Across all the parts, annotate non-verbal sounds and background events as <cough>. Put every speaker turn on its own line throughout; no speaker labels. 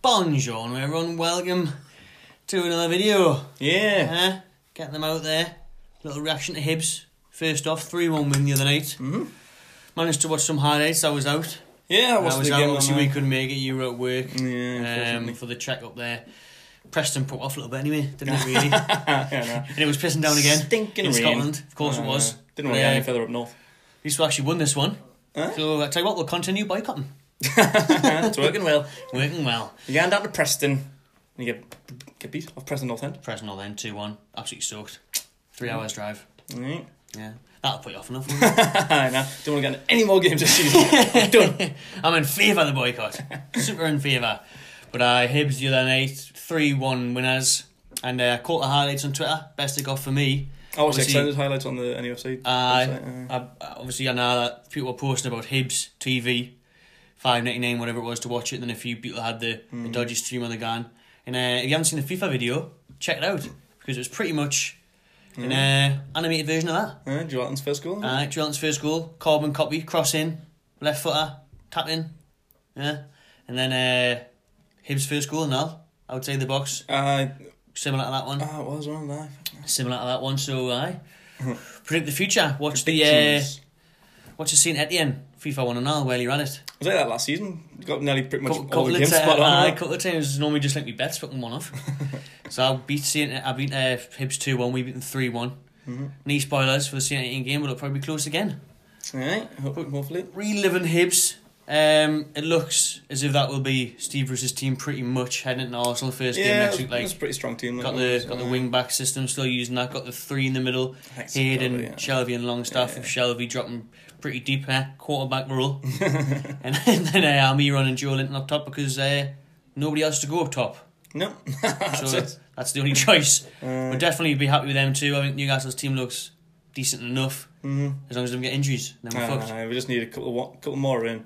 Bonjour everyone, welcome to another video.
Yeah.
Uh, get them out there. Little reaction to Hibs. First off, 3 1 win the other night. Mm-hmm. Managed to watch some highlights, I was out.
Yeah, I
I
watched
was
the
out,
game
obviously
on
we
uh,
couldn't make it, you were at work
Yeah,
um,
unfortunately.
for the check up there. Preston put off a little bit anyway, didn't
<laughs>
it really? and
yeah, no.
it was pissing down again.
Stinking
in
rain.
Scotland, of course it was.
Uh, didn't want to
But,
get
uh,
any further up north. <laughs>
At least we actually won this one.
Huh?
So I tell you what, we'll continue boycotting.
it's working well.
Working well.
You get down to Preston, and you get get beat off Preston North End.
Preston all then, 2 1. Absolutely soaked.
Mm.
Three hours drive.
<laughs> Right.
Yeah. That'll put you off enough. won't it?
I know. Don't want to get any more games
<laughs>
this season. I'm done.
I'm in favour of the boycott. Super in favour. But uh, Hibs the other night, 3 1 winners. And uh, caught the highlights on Twitter. Best it got for me.
I watched
Obviously-
the extended highlights on the NUFC.
Uh, I,
website,
I, obviously, I know that people were posting about Hibs TV, five ninety nine, whatever it was, to watch it. And then a few people had the, the dodgy stream on the gun. And uh, if you haven't seen the FIFA video, check it out because it was pretty much an uh, animated version of that.
uh, uh, Joelinton's first goal.
Uh, Joel's first goal, Corbin copy, cross in, left footer, tap in, yeah, and then uh, Hibs first goal now outside the box,
Uh,
similar to that one,
ah, it was one live.
similar to that one. So
<laughs>
I predict the future. Watch the uh,
Predictions.
What's your scene at the end? FIFA one and all while you're at it.
I was like that last season. Got nearly pretty much
Couple,
all
couple,
the
of,
games
ti-
spot on.
aye,
right?
couple of times normally just like me bets fucking one
<laughs>
off. so I beat Saint I beat uh, Hibs two one, we beat them three one.
Mm-hmm.
Knee spoilers for the Saint eighteen game, but it'll probably be close again.
Right. Ho- Hopefully.
Reliving Hibs. Um, it looks as if that will be Steve Bruce's team pretty much heading into Arsenal first game
Yeah,
next week.
it
Like
was a pretty strong team.
got
like,
the
it
got the
was, uh,
wing back system still using that. Got the three in the middle.
Thanks,
Hayden,
probably, yeah.
Shelby, and Longstaff.
Yeah.
With Shelby dropping pretty deep there, quarterback
<laughs>
rule, and <laughs> then, then uh, Almiron and Joe Linton up top because uh, nobody else to go up top.
<laughs> No.
So
That's it.
that's, the only <laughs> choice.
Uh,
We'll definitely be happy with them too. I think Newcastle's team looks decent enough
mhm.
as long as they don't get injuries. Then we're fucked.
Uh, we just need a couple of wa- couple more in.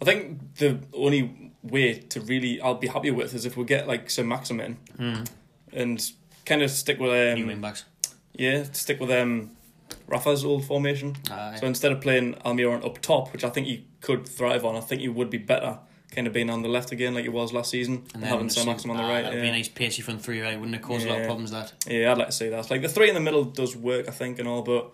I think the only way to really I'll be happy with is if we get like Sir Maxim in
Hmm.
and kind of stick with
New
um,
wing backs.
yeah stick with um, Rafa's old formation.
Aye.
So instead of playing Almiron up top, which I think you could thrive on, I think you would be better kind of being on the left again like it was last season and,
then
having Sir
some-
Maxim on the
ah,
right.
That'd
yeah.
be a nice pacey front three, right? Wouldn't it cause a lot of
Yeah.
problems that?
Yeah, I'd like to see that. Like the three in the middle does work, I think, and all, but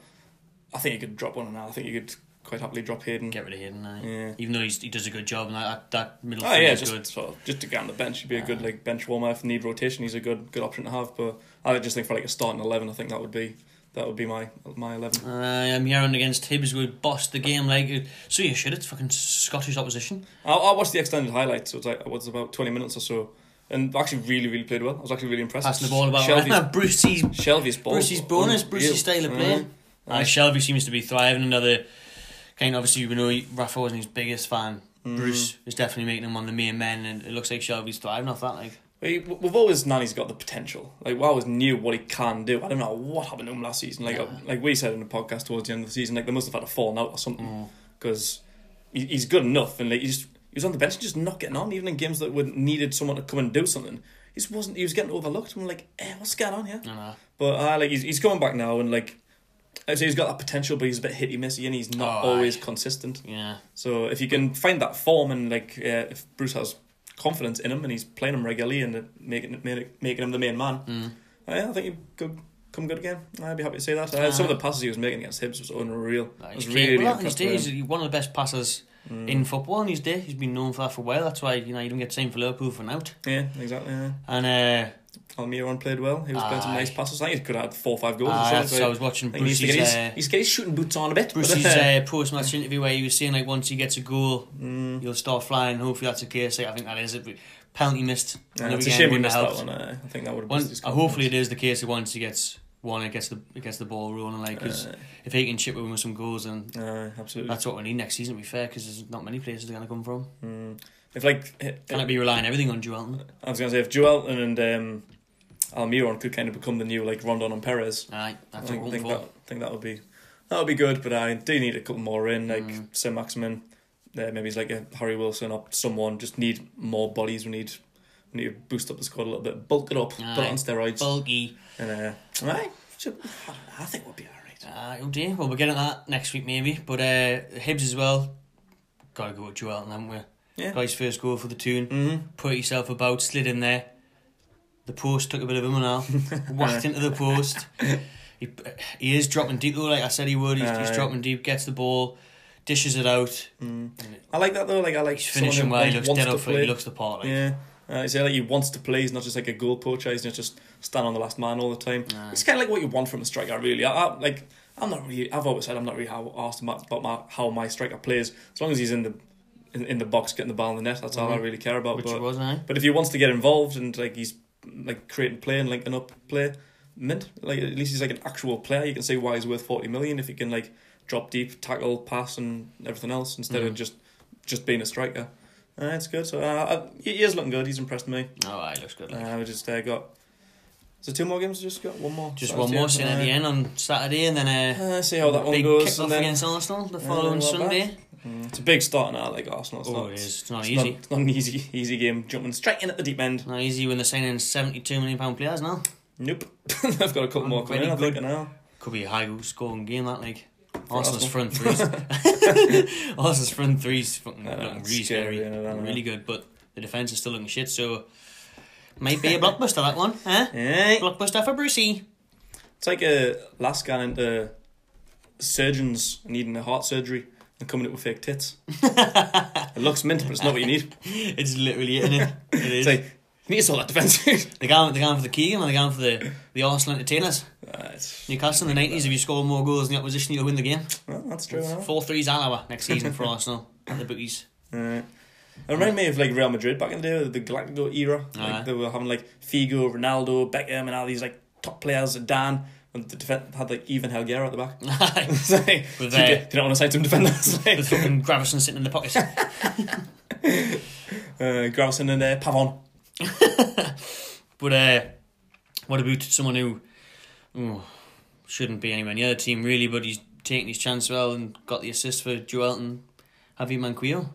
I think you could drop one now. I think you could quite happily drop Hayden.
Get rid of Hayden, aye.
Yeah.
Even though he's, he does a good job and that, that that middle
Mm. Oh
three
yeah,
is
just
good.
sort of, just to get on the bench, he'd be a good like bench warmer if you need rotation. He's a good good option to have. But I just think for like a starting eleven, I think that would be that would be my my eleven.
I am here on against Hibs. We bossed the game like uh, so. You should. It's fucking Scottish opposition.
I, I watched the extended highlights. So it was like it was about twenty minutes or so, and actually really really played well. I was actually really impressed.
Passing the ball about.
Shelby's,
<laughs> Brucey's
Shelby's ball. Mm.
Brucey's bonus. Brucey's style of play. Uh, Shelby seems to be thriving. Another kind. Obviously, we know Rafa wasn't his biggest fan.
Mm.
Bruce is definitely making him one of the main men, and it looks like Shelby's thriving off that. Like
We, we've always known he's got the potential. Like we always knew what he can do. I don't know what happened to him last season. Like like we said in the podcast towards the end of the season, like they must have had a falling out or
Mm.
something because he, he's good enough and like he just he was on the bench just not getting on even in games that would needed someone to come and do something. He just wasn't. He was getting overlooked. I'm like, eh, what's going on here?
I don't know.
But uh, like he's he's coming back now and like. I'd say he's got that potential, but he's a bit hitty missy, and he's not
Oh, aye.
always consistent.
Yeah.
So if you can find that form and like uh, if Bruce has confidence in him and he's playing him regularly and making making making him the main man,
Mm.
uh, yeah, I think he could come good again. I'd be happy to say that.
Ah.
Uh, some of the passes he was making against Hibs was unreal. I
Like,
was
he's
really Mm.
capable of that in his
impressed
day.
with him.
He's one of the best passers in football in his day. He's been known for that for a while. That's why you know you don't get the same for Liverpool for now.
Yeah, exactly. Yeah.
And uh,
Almiron played well. He was playing some
Aye.
nice passes. I think he could have had four or five goals.
Aye,
or
that's
something.
what uh, I was watching
I think he needs to
Bruce's,
get his-
uh,
he's get his shooting boots on a bit. but,
Bruce's
<laughs> uh, mm,
uh, post-match interview where he was saying like once he gets a goal, you'll start flying. Hopefully that's the case. Like, I think that is it. But penalty missed.
yeah,
another
it's a
game
shame he
wouldn't
missed
have
that
helped.
one. Uh, I think that would have
Once,
boosted his
uh,
confidence.
hopefully it is the case that once he gets one, it gets the it gets the ball rolling. Like 'cause if he can chip in with some goals, then
Aye, Uh, absolutely.
that's what we need next season. To be fair, because there's not many places they're gonna come from.
Mm. if like hi-
Ah. Can it be relying everything on Joelton?
I was gonna say if Joelton and um, Almiron could kind of become the new like Rondon and Perez,
Aye, that's
I
what we're hoping
think, think
for.
that think that would be that would be good. But I do need a couple more in like
Mm.
Sir Maximin. Uh, maybe he's like a Harry Wilson or someone. Just need more bodies. We need we need to boost up the squad a little bit, bulk it up, put
Aye.
it on steroids,
Bulky.
and uh, right. should- I think we'll be alright.
Uh, oh dear. Well, we'll get at that next week maybe. But uh, Hibbs as well. Gotta go with Joelton, haven't we?
Yeah.
Guy's first goal for the tune.
Mm-hmm.
Put yourself about, slid in there. The post took a bit of him and
<laughs>
out. whacked into the post. He, he is dropping deep though, like I said he would. He's, he's
Aye.
dropping deep, gets the ball, dishes it out.
I like that though. Like I like
He's
someone
finishing
who,
well. He
like,
looks
wants
dead
to
up for it.
play.
He looks the part. Like.
Yeah. Uh, he's like he wants to play. He's not just like a goal poacher. He's not just stand on the last man all the time.
Aye.
It's kind of like what you want from a striker, really. I, I like. I'm not really. I've always said I'm not really how, asked my, about my, how my striker plays. As long as he's in the in, in the box getting the ball in the net, that's all I
Mhm.
really care about.
Which
but,
he was, aye.
but if he wants to get involved and like he's like creating play and linking up play, mint. Like at least he's like an actual player. You can see why he's worth forty million if he can like drop deep, tackle, pass, and everything else instead of
Mhm.
just just being a striker. Uh, it's good. So uh, I, he he is looking good. He's impressed me.
Oh, aye, looks good. Like.
Uh, we just uh, got. So two more games. Just got one more.
Just
That was
one more
it.
sitting at the end on Saturday, and then uh,
Uh, see how that one
big
goes.
kick off
And then,
against Arsenal the
Yeah,
following
not bad.
Sunday.
Mm, it's a big start now, like Arsenal. It's
Oh,
not,
it is. It's not
It's
easy.
Not, it's not an easy, easy game. Jumping straight in at the deep end.
Not easy when they're signing seventy-two million pound players now.
Nope. <laughs> I've got a couple more coming
Very
in. I think
good.
now.
Could be a high-scoring game that like.
For
Arsenal's
Arsenal.
front threes.
<laughs>
<laughs> Arsenal's front threes fucking
I know,
looking
it's
really
scary,
scary,
I know, I know.
really good. But the defense is still looking shit, so might
<laughs>
be a blockbuster that one, huh?
Eh?
Blockbuster for Brucey. <laughs>
It's like a last scan into surgeons needing a heart surgery and coming up with
<laughs>
fake tits. it looks mint, but it's not what you need.
It's literally it,
<laughs>
innit? It
It's
is.
like, you need to sort that <laughs> defence.
They're going, they're going for the Keegan and they're going for the, the Arsenal entertainers.
Right.
Newcastle in the 90s, if you score more goals than the opposition, you'll win the game.
Well, that's true. huh?
Four threes an hour next season for Arsenal <laughs> at the
<laughs>
bookies.
Alright. It reminded me of like Real Madrid back in the day, the Galactico era. Like
Aye.
they were having like Figo, Ronaldo, Beckham, and all these like top players. And Dan and the defense had like even Helguera at the back. <laughs>
With
It's like,
With,
you,
uh,
don't- you don't want to sign some <laughs> defenders. like,
fucking Gravison sitting in the pocket.
uh, Gravison and uh, Pavon.
But uh, what about someone who oh, shouldn't be anywhere near the team, really, but he's taken his chance well and got the assist for Joelton Javier Manquillo.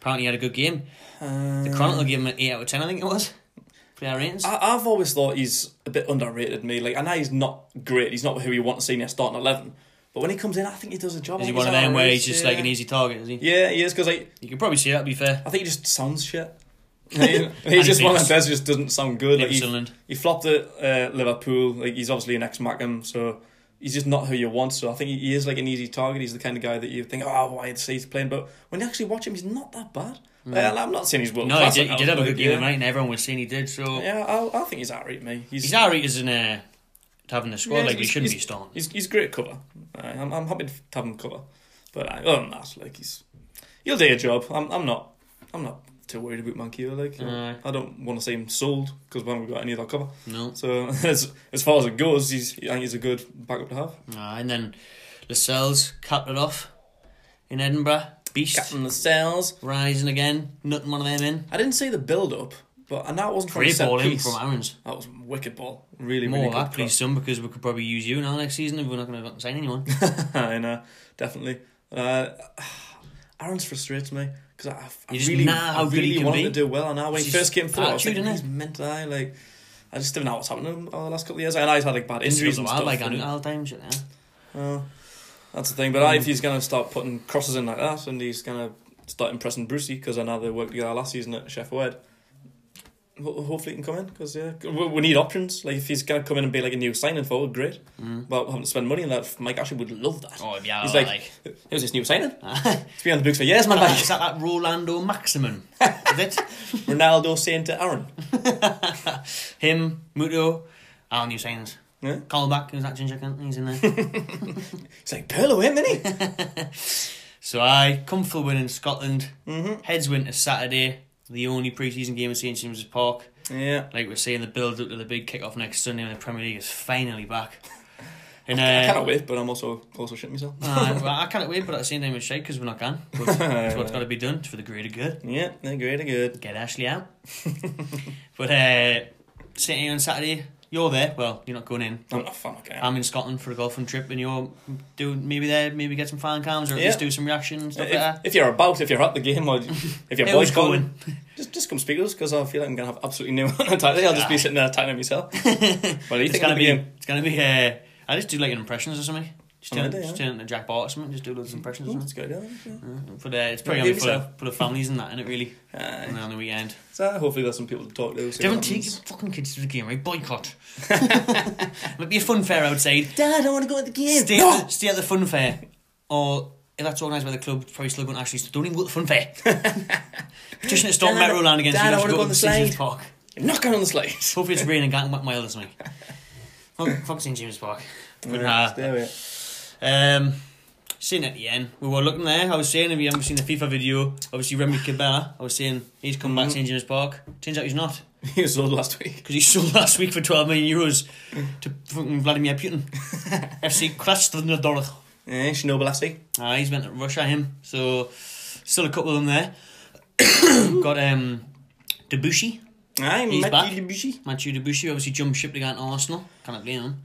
Apparently, he had a good game. The Chronicle gave him an 8 out of 10, I think it was. <laughs> Player ratings.
I, I've always thought he's a bit underrated. Me, like I know he's not great. He's not who you want to see in your starting eleven. But when he comes in, I think he does a job.
Is he
I think
one of them where
alright,
he's just
yeah.
like an easy target, is he?
Yeah, he is because like
You could probably see that, to be fair.
I think he just sounds
<laughs>
shit. He- he's just one of those just doesn't sound good. Like
Maybe
he,
Sunderland.
he flopped at uh, Liverpool. Like he's obviously an ex Macam, so he's just not who you want. So I think he, he is like an easy target. He's the kind of guy that you think, oh, why I'd say he's playing, but when you actually watch him, he's not that bad. Like, I'm not saying he's world
Mm. No, he
class.
did, he
like,
did have a
but
good game,
yeah.
right? And everyone was saying he did, so...
Yeah, I, I think he's alright, mate. He's
He's alright as in uh, having the squad,
Yeah,
like, he
he's-
shouldn't be starting.
He's he's great at cover. Uh, I'm I'm happy to have him cover, but uh, other than that, like he's he'll do a job. I'm I'm not I'm not too worried about Manquillo. Like
Aye.
I don't want to see him sold because we haven't got any other cover.
No.
So <laughs> as as far as it goes, he's I think he's a good backup to have.
Ah, and then Lascelles capped it off in Edinburgh. Beast
Captain Lascelles.
rising again, nutting one of them in.
I didn't see the build up, but I know it wasn't from a
Great
set
ball in
piece.
from Aaron's.
That was wicked ball. Really,
More
really
of that,
good.
please, son, because we could probably use you now next season if we're not going to sign
<laughs>
anyone.
cut. I know, definitely. Uh, <sighs> Aaron's frustrates me because I, I
You just
really,
know
I
how good he
really
can
wanted
be.
to do well, and I when
It's
he
just
first came through, I was
attitude,
thinking,
innit?
he's meant to die. Like, I just didn't know what's happened to him over the last couple of years. And I he's had like bad injuries and
Still
stuff.
like
and-
and all the time, shit, yeah.
uh, that's the thing. But
Mm.
I, if he's gonna start putting crosses in like that, and he's gonna start impressing Brucey because I know they worked together last season at Sheffield. Wed. Ho- Hopefully he can come in because yeah, we we need options. Like if he's gonna come in and be like a new signing forward, great.
Mm.
But having to spend money on that, Mike actually would love that.
Oh, yeah,
He's
like, <laughs>
like- Here's this new signing.
like
It's been on the books for years,
<laughs>
man. Like
is that that Rolando Maximum? is
<laughs>
it?
Ronaldo saying to Aaron,
Him, Muto, all new signings.
Yeah.
Call back, who's that ginger cunt? He's in there.
he's like Perlo, isn't he?
so I comfortable win in Scotland.
mm-hmm.
Heads win to Saturday. The only preseason game at St James's Park.
Yeah.
like we're saying, the build up to the big kick off next Sunday when the Premier League is finally back.
<laughs>
And
I
uh,
cannot wait, but I'm also also shitting myself.
uh, well, <laughs> I can't wait, but at the same time, it's shite because we're not
<laughs>
going. But it's what's got to be done it's for the greater good.
Yeah, they're great, they're good.
Get Ashley
<laughs>
out. but uh, City on Saturday, you're there. Well, you're not going in.
I'm not fun, okay.
I'm in Scotland for a golfing trip, and you're doing maybe there, maybe get some fan cams or at
Yeah.
least do some reaction and stuff like
if,
that.
if you're about, if you're at the
<laughs>
game, or if you're
Hey, who's
boycotting, just just come speak to us because I feel like I'm gonna have absolutely no <laughs> one attack. I'll just
Aye. <laughs>
be sitting there attacking myself. What do you
It's
think
gonna
of
be.
the game?
It's gonna be. Uh, I just do like an impressions or something. Just turn,
Another day,
just
Oh, yeah.
turn it into Jack Bart or something. Just do loads of impressions.
Ooh,
and
that's a good. idea. Yeah.
that. Put uh, it's pretty
Yeah,
handy
give
for the,
yourself-
for the families and that, isn't it?
<laughs>
Really,
Aye.
and then on the weekend.
So hopefully there's some people to talk to. see
Don't
what
take your
happens.
fucking kids to the game, right?
<laughs>
Boycott. <laughs> Might be a fun fair outside.
Dad, I don't want to go to the game.
Stay,
No!
at the, stay at the fun fair. Or if that's organised by the club, it's probably still going to Ashley, so don't even go to the fun fair.
<laughs>
Petition at Storm
Dad,
Meadowland against
Dad,
you
I
have to
wanna go
go
on
to
the
St
slide.
James Park.
<laughs> You're not going on the slide.
Hopefully
<laughs>
it's raining and wet miles this week. Fuck, fuck St James Park. But,
Yeah,
uh,
stay away. <laughs>
um, seen at the end. We were looking there. I was saying, if you haven't seen the FIFA video, obviously Remy Cabella, I was saying he's come
Mm.
back to St James Park. Turns out he's not.
He was sold last week.
because he <laughs> sold last week for 12 million euros to fucking Vladimir Putin.
<laughs>
FC Krasnodar.
Eh, Shinobilasti.
Uh, he's meant to Russia him, so still a couple of them there. <coughs> Got um, Debussy,
Aye,
He's
Matthew
back.
Debussy.
Matthew Debussy, obviously jumped ship to go to Arsenal. Can't blame him.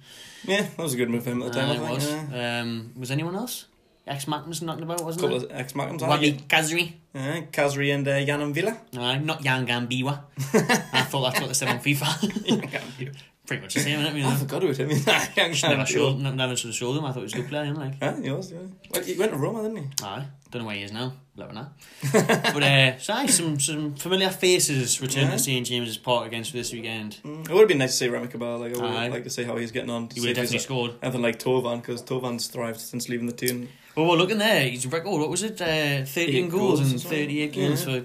Yeah, that was a good move for him at the time.
Uh,
I
it
think.
was.
Yeah.
Um, was anyone else? Ex Magnus knocking about, wasn't
couple
it?
of ex Magnums.
Wadi Kazri.
Uh, Kazri and uh, Yanan Villa. <laughs>
No, not Yan Gambiwa. I thought that's what they said on FIFA. <laughs> Pretty much the same, isn't it? You
I <laughs>
know?
forgot about him. Young
Never showed, never sort of showed him. I thought he was a good player. I'm like,
Huh? He was, yeah. Well, he went to Roma, didn't he?
Aye. Don't know where he is now. Let me
<laughs>
know. but uh, so aye, some some familiar faces return
Yeah.
to St James's Park against this weekend.
Mm, It would have been nice to see Remy Cabal. Like, I would
Aye.
like to see how he's getting on. to
He
see
would
if
have
he's
definitely scored.
Anything like Tovan, because Tovan's thrived since leaving the team.
Oh, Well, we're looking there. His record. What was it? Uh, Thirteen
Eight
goals,
goals
in
or something.
thirty-eight games for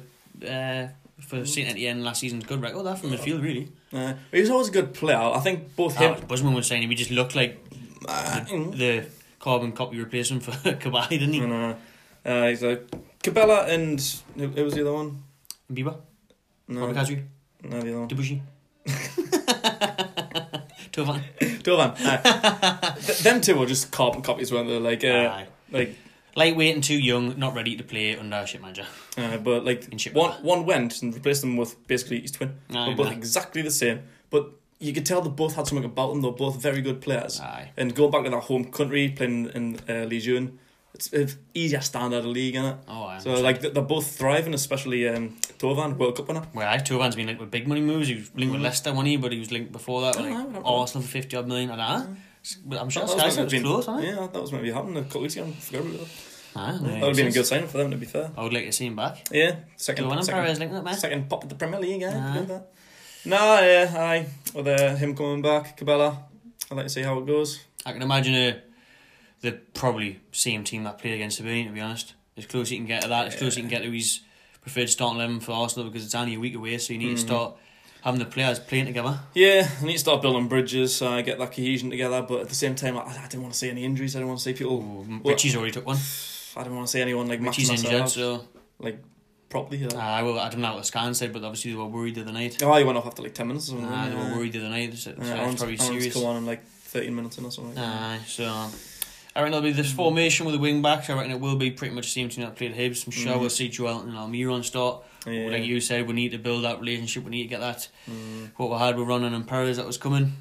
uh, for Saint Etienne last season's good record. That from midfield really.
Uh, he was always a good player. I think both
Oh,
him.
Busman was saying he just looked like
Ah, mm.
the carbon copy replacement for <laughs> Kabay, didn't he?
No, no, no. Uh, he's like Cabela and who, who was the other one?
Bieber,
No,
Robert Kazri,
no, the other one.
Debussy. <laughs> Tovan.
Dovan. aye. Uh, <laughs> Th- them two were just carbon copies, weren't they? Like, uh,
Aye.
like,
Lightweight and too young, not ready to play under a shit manager.
uh, but like
And shit
one one went and replaced them with basically his twin.
Aye,
They're both
aye.
exactly the same, but you could tell they both had something about them. They're both very good players.
Aye.
And going back to their home country, playing in uh, Legion, it's it's easier standard of league, innit?
Oh, aye.
So like th- they're both thriving, especially um, Tovan, World Cup winner.
Well, I Toban's been linked with big money moves. He was linked with Leicester, one he, but he was linked before that with
Mm-hmm. Oh,
like
I don't know.
Arsenal for fifty odd million. I don't know. But I'm sure
That was
Sky
meant to
said it was close,
have been-
wasn't it?
Yeah, that was meant to be happening a couple weeks ago. I forgot about that.
Aye, that
that
makes
would have been a
sense.
good sign for them, to be fair.
I would like to see him back.
Yeah,
Do
second,
one and
second,
Perez linked up, man.
second pop at the Premier League, yeah.
Aye.
do that. No, yeah, aye. With uh, him coming back, Cabela, I'd like to see how it goes.
I can imagine uh, the probably same team that played against Sabine, to be honest. As close as you can get to that, as close as you can get to his preferred starting 11 for Arsenal because it's only a week away, so you need
Mm-hmm.
to start having the players playing together.
Yeah, I need to start building bridges, uh, get that cohesion together, but at the same time, I, I didn't want to see any injuries. I didn't want to see people.
Ooh,
Oh, Well-
Richie's already took one.
I didn't want to see anyone like matching
Richie's injured,
themselves
so
like properly. Yeah.
uh, I, will, I don't know what the scan said, but obviously they were worried the other night.
Oh, he went off after like ten minutes or something.
Nah, they
yeah.
were worried the other night. So, so
Yeah,
it's
Aaron's,
probably
Aaron's
serious.
come on in like thirteen minutes in or something.
Aye, so I reckon it'll be
Mm.
this formation with the wing backs. I reckon it will be pretty much the same team that played Hibs. I'm sure
Mm.
we'll see Joel and Almiron start.
Yeah.
Like you Um, said, we need to build that relationship. We need to get that what we had with Ronan and Perez that was coming.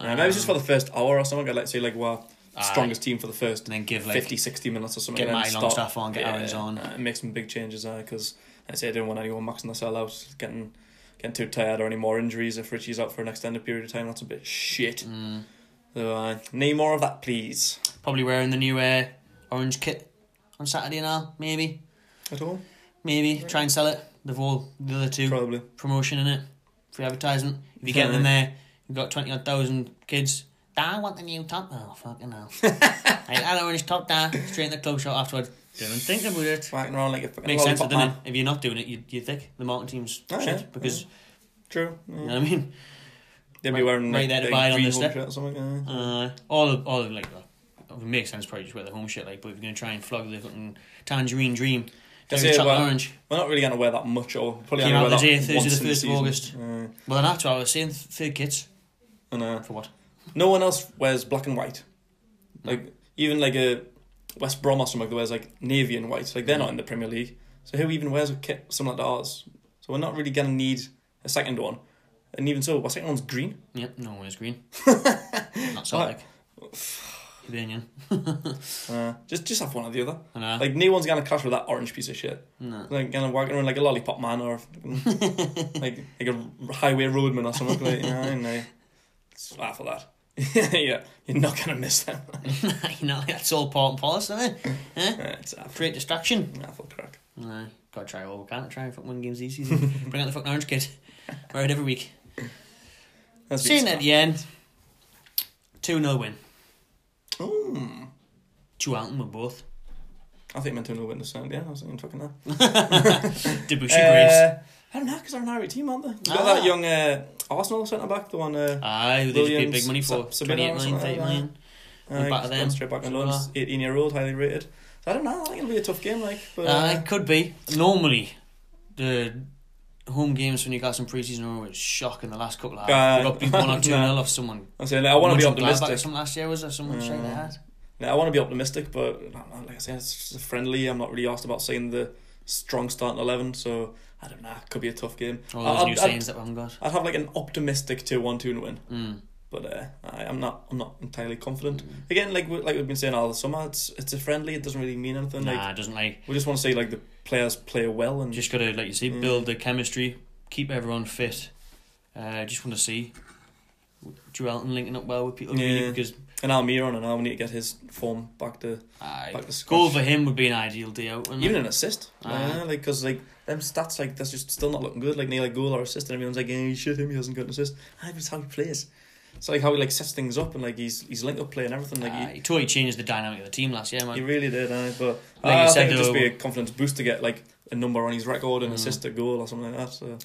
Yeah, Mm. maybe it's just for the first hour or something. I'd like to say like we're strongest team for the first
and then give Ah. like
50, 60 minutes or something.
Get
and then
Matty Longstaff
start-
on, get Aaron's on.
uh, make some big changes there because I say I didn't want anyone maxing themselves out, getting getting too tired or any more injuries. If Richie's out for an extended period of time, that's a bit shit.
mm,
So uh, need more of that, please.
probably wearing the new uh, orange kit on Saturday now. Maybe,
At all,
maybe try and sell it. They've all the other two
probably.
promotion in it, free advertisement. If you get them there, you've got twenty odd thousand kids. Dad, I want the new top. Oh, fucking
<laughs>
hell. I had orange top, Dad. Straight in the club shop afterward. Didn't think about it.
Whacking around like a fucking
Makes sense,
lollipop
doesn't it?
man.
If you're not doing it, you you think the marketing team's
Oh,
shit
yeah,
because
True. Yeah.
you know what I mean. <laughs>
They'd be wearing
Right
like,
there to
big
buy it on the
green home
step.
shirt or something. yeah.
Uh, all of all of like. uh, It makes sense, probably just wear the home shit. Like, but if you're gonna try and flog the fucking tangerine dream,
That's
go
it,
chocolate
well-
orange.
We're not really going to wear that much, or probably
Came
only
out
wear
the
that
day, Thursday
once
the
in
1st of
season.
August.
Yeah.
Well, then after I was saying third kids
And, uh,
for what?
no one else wears black and white. Like even like a West Brom or something that wears like navy and white. Like they're not in the Premier League, so who even wears a kit similar to ours? So we're not really gonna need a second one. And even so, our second one's green.
Yep, no one is green.
<laughs>
Not
Right. <sighs>
Celtic. Opinion.
Uh, just just have one or the other.
I know.
Like no one's gonna clash with that orange piece of shit.
uh, no. <laughs>
Like gonna walk around like a lollipop man or like like a highway roadman or something. Like, you know, and, uh, it's- ah, for that. <laughs> yeah, you're not gonna miss them.
you know, that's all part and parcel, isn't it? Eh?
<laughs> it's awful,
Great distraction.
awful crack.
Nah, gotta try all we can to try and fucking win games
<laughs>
this season. Bring out the fucking orange kid. Wear it every week.
That's
Seeing at the end, 2 0 win.
Mm.
Two Alton were both. <laughs>
I think meant to know witness sound. Yeah, I was thinking fucking that.
Debussy Graves.
Uh, I don't know because they're an Irish team, aren't they? You've
Ah.
got that young uh, Arsenal centre back, the one. Uh,
Aye, who they just paid
Williams,
big money for.
Sa-
28
Sabino or
million,
something
30
like
million.
uh,
back
he's
then.
gone straight back on loan.
Salah.
Eighteen year old, highly rated. So I don't know. I think it'll be a tough game, like. But,
Uh,
uh,
it could be. Normally, the home games for Newcastle in pre-season are always shocking. The last couple of
Aye.
halves, we got beat
<laughs>
one or two
Nah.
nil off someone.
I'm saying, like, I want to be
Mönchengladbach or
optimistic.
something Last year was there someone shake their
Mm.
head?
Yeah, I want to be optimistic, but like I said, it's just a friendly. I'm not really asked about seeing the strong starting eleven, so I don't know. It could be a tough game.
All those
I'd-
new
I'd-
sayings that we haven't got.
I'd have like an optimistic two one two win,
Mm.
but uh, I, I'm not. I'm not entirely confident. Again, like we, like we've been saying all the summer, it's it's a friendly. It doesn't really mean anything.
Nah,
Like
it doesn't like.
we just want to see like the players play well and
Just gotta, like you
Mm.
say, build the chemistry, keep everyone fit. Uh, just want to see Drew Elton linking up well with people really
Yeah.
because
and Almiron and I need to get his form back to
aye,
back to
goal
score.
for him would be an ideal day out. wouldn't
Even
it?
an assist,
Ah.
yeah, like because like them stats like that's just still not looking good. Like nearly a goal or assist, and everyone's like, "Eh, shit him, he hasn't got an assist." Ah, but it's how he plays. It's like how he like sets things up and like he's he's linked up play and everything. Like
Aye, he totally changed the dynamic of the team last year,
he, he
man.
really did. Aye, but
Like you
ah, I
said,
think it'd just
though-
be a confidence boost to get like a number on his record and
Mm.
assist a goal or something like that. So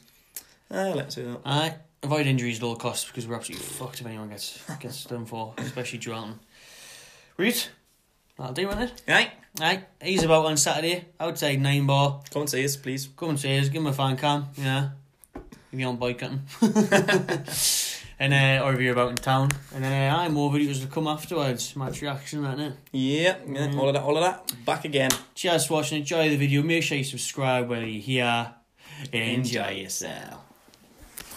ah, let's see that.
Aye, avoid injuries at all costs because we're absolutely fucked if anyone gets gets done for, especially Drew Elton. Reed, that'll do, won't it?
Right,
Aye, he's about on Saturday. I would say nine bar.
come and see us, please.
Come and see us, give him a fan cam, you know. If you're on boycotting. and uh, or if you're about in town. And then uh, I'm over videos will come afterwards. Match reaction, that it?
Yeah, yeah,
Mm.
all of that, all of that, back again.
Cheers for watching, enjoy the video, make sure you subscribe while you're here. Enjoy yourself.